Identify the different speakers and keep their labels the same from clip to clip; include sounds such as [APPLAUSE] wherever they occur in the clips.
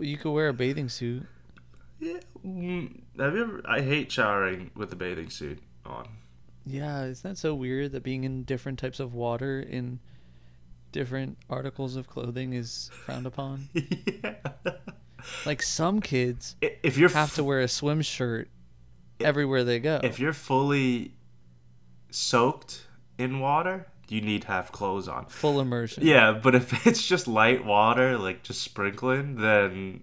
Speaker 1: you could wear a bathing suit.
Speaker 2: Yeah. mm, Have you ever? I hate showering with a bathing suit on.
Speaker 1: Yeah, isn't that so weird that being in different types of water in different articles of clothing is frowned upon?
Speaker 2: yeah.
Speaker 1: Like some kids
Speaker 2: I- If you're
Speaker 1: have to wear a swim shirt everywhere they go.
Speaker 2: if you're fully soaked in water, you need to have clothes on.
Speaker 1: Full immersion.
Speaker 2: Yeah, but if [LAUGHS] it's just light water, like just sprinkling, then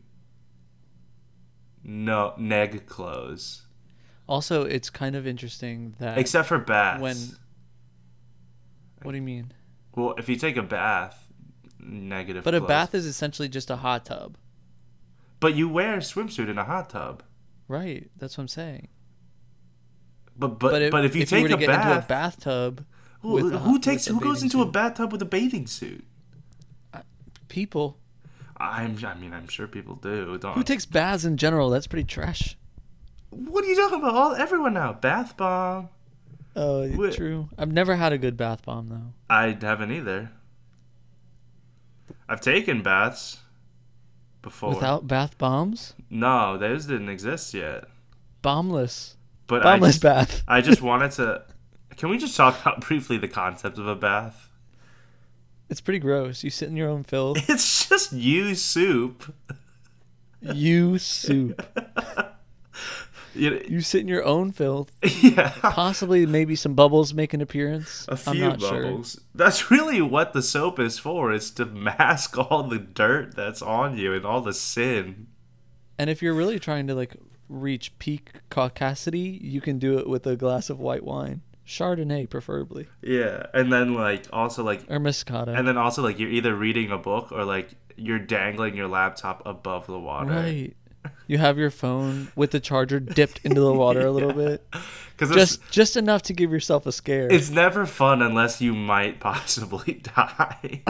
Speaker 2: no neg clothes.
Speaker 1: Also, it's kind of interesting that
Speaker 2: Except for baths.
Speaker 1: when- What do you mean?
Speaker 2: well, if you take a bath, negative.
Speaker 1: But a
Speaker 2: clothes.
Speaker 1: bath is essentially just a hot tub.
Speaker 2: But you wear a swimsuit in a hot tub.
Speaker 1: Right, that's what I'm saying.
Speaker 2: But but
Speaker 1: it-
Speaker 2: but, if you
Speaker 1: you
Speaker 2: take
Speaker 1: were to
Speaker 2: a,
Speaker 1: get
Speaker 2: bath,
Speaker 1: into a bathtub, with
Speaker 2: who,
Speaker 1: a-
Speaker 2: who
Speaker 1: with
Speaker 2: takes
Speaker 1: a
Speaker 2: who goes
Speaker 1: bathing
Speaker 2: into a
Speaker 1: suit.
Speaker 2: bathtub with a bathing suit?
Speaker 1: people
Speaker 2: I'm I mean I'm sure people do. Don't.
Speaker 1: who takes baths in general, that's pretty trash.
Speaker 2: what are you talking about? All everyone now bath bomb.
Speaker 1: Oh,
Speaker 2: Wh-
Speaker 1: true. I've never had a good bath bomb though.
Speaker 2: I haven't either. I've taken baths before.
Speaker 1: Without bath bombs,
Speaker 2: no, those didn't exist yet.
Speaker 1: bombless,
Speaker 2: But I
Speaker 1: bombless
Speaker 2: just,
Speaker 1: bath.
Speaker 2: I just wanted to. Can we just talk about [LAUGHS] briefly the concept of a bath?
Speaker 1: It's pretty gross. You sit in your own
Speaker 2: [LAUGHS]
Speaker 1: filth.
Speaker 2: It's just you soup.
Speaker 1: You soup.
Speaker 2: You- [LAUGHS]
Speaker 1: You sit in your own filth.
Speaker 2: yeah.
Speaker 1: Possibly, maybe some bubbles make an appearance.
Speaker 2: A
Speaker 1: I'm
Speaker 2: few
Speaker 1: not sure.
Speaker 2: bubbles. That's really what the soap is for, is to [LAUGHS] mask all the dirt that's on you and all the sin.
Speaker 1: And if you're really trying to like reach peak caucasity, you can do it with a glass of white wine, Chardonnay preferably,
Speaker 2: Yeah. And then like also like
Speaker 1: or Moscato.
Speaker 2: And then also like you're either reading a book or like you're dangling your laptop above the water.
Speaker 1: right. You have your phone with the charger dipped into the water a
Speaker 2: [LAUGHS]
Speaker 1: little bit,
Speaker 2: Because
Speaker 1: just just enough to give yourself a scare.
Speaker 2: [LAUGHS]
Speaker 1: [LAUGHS]
Speaker 2: it's, it's never fun unless you might possibly die.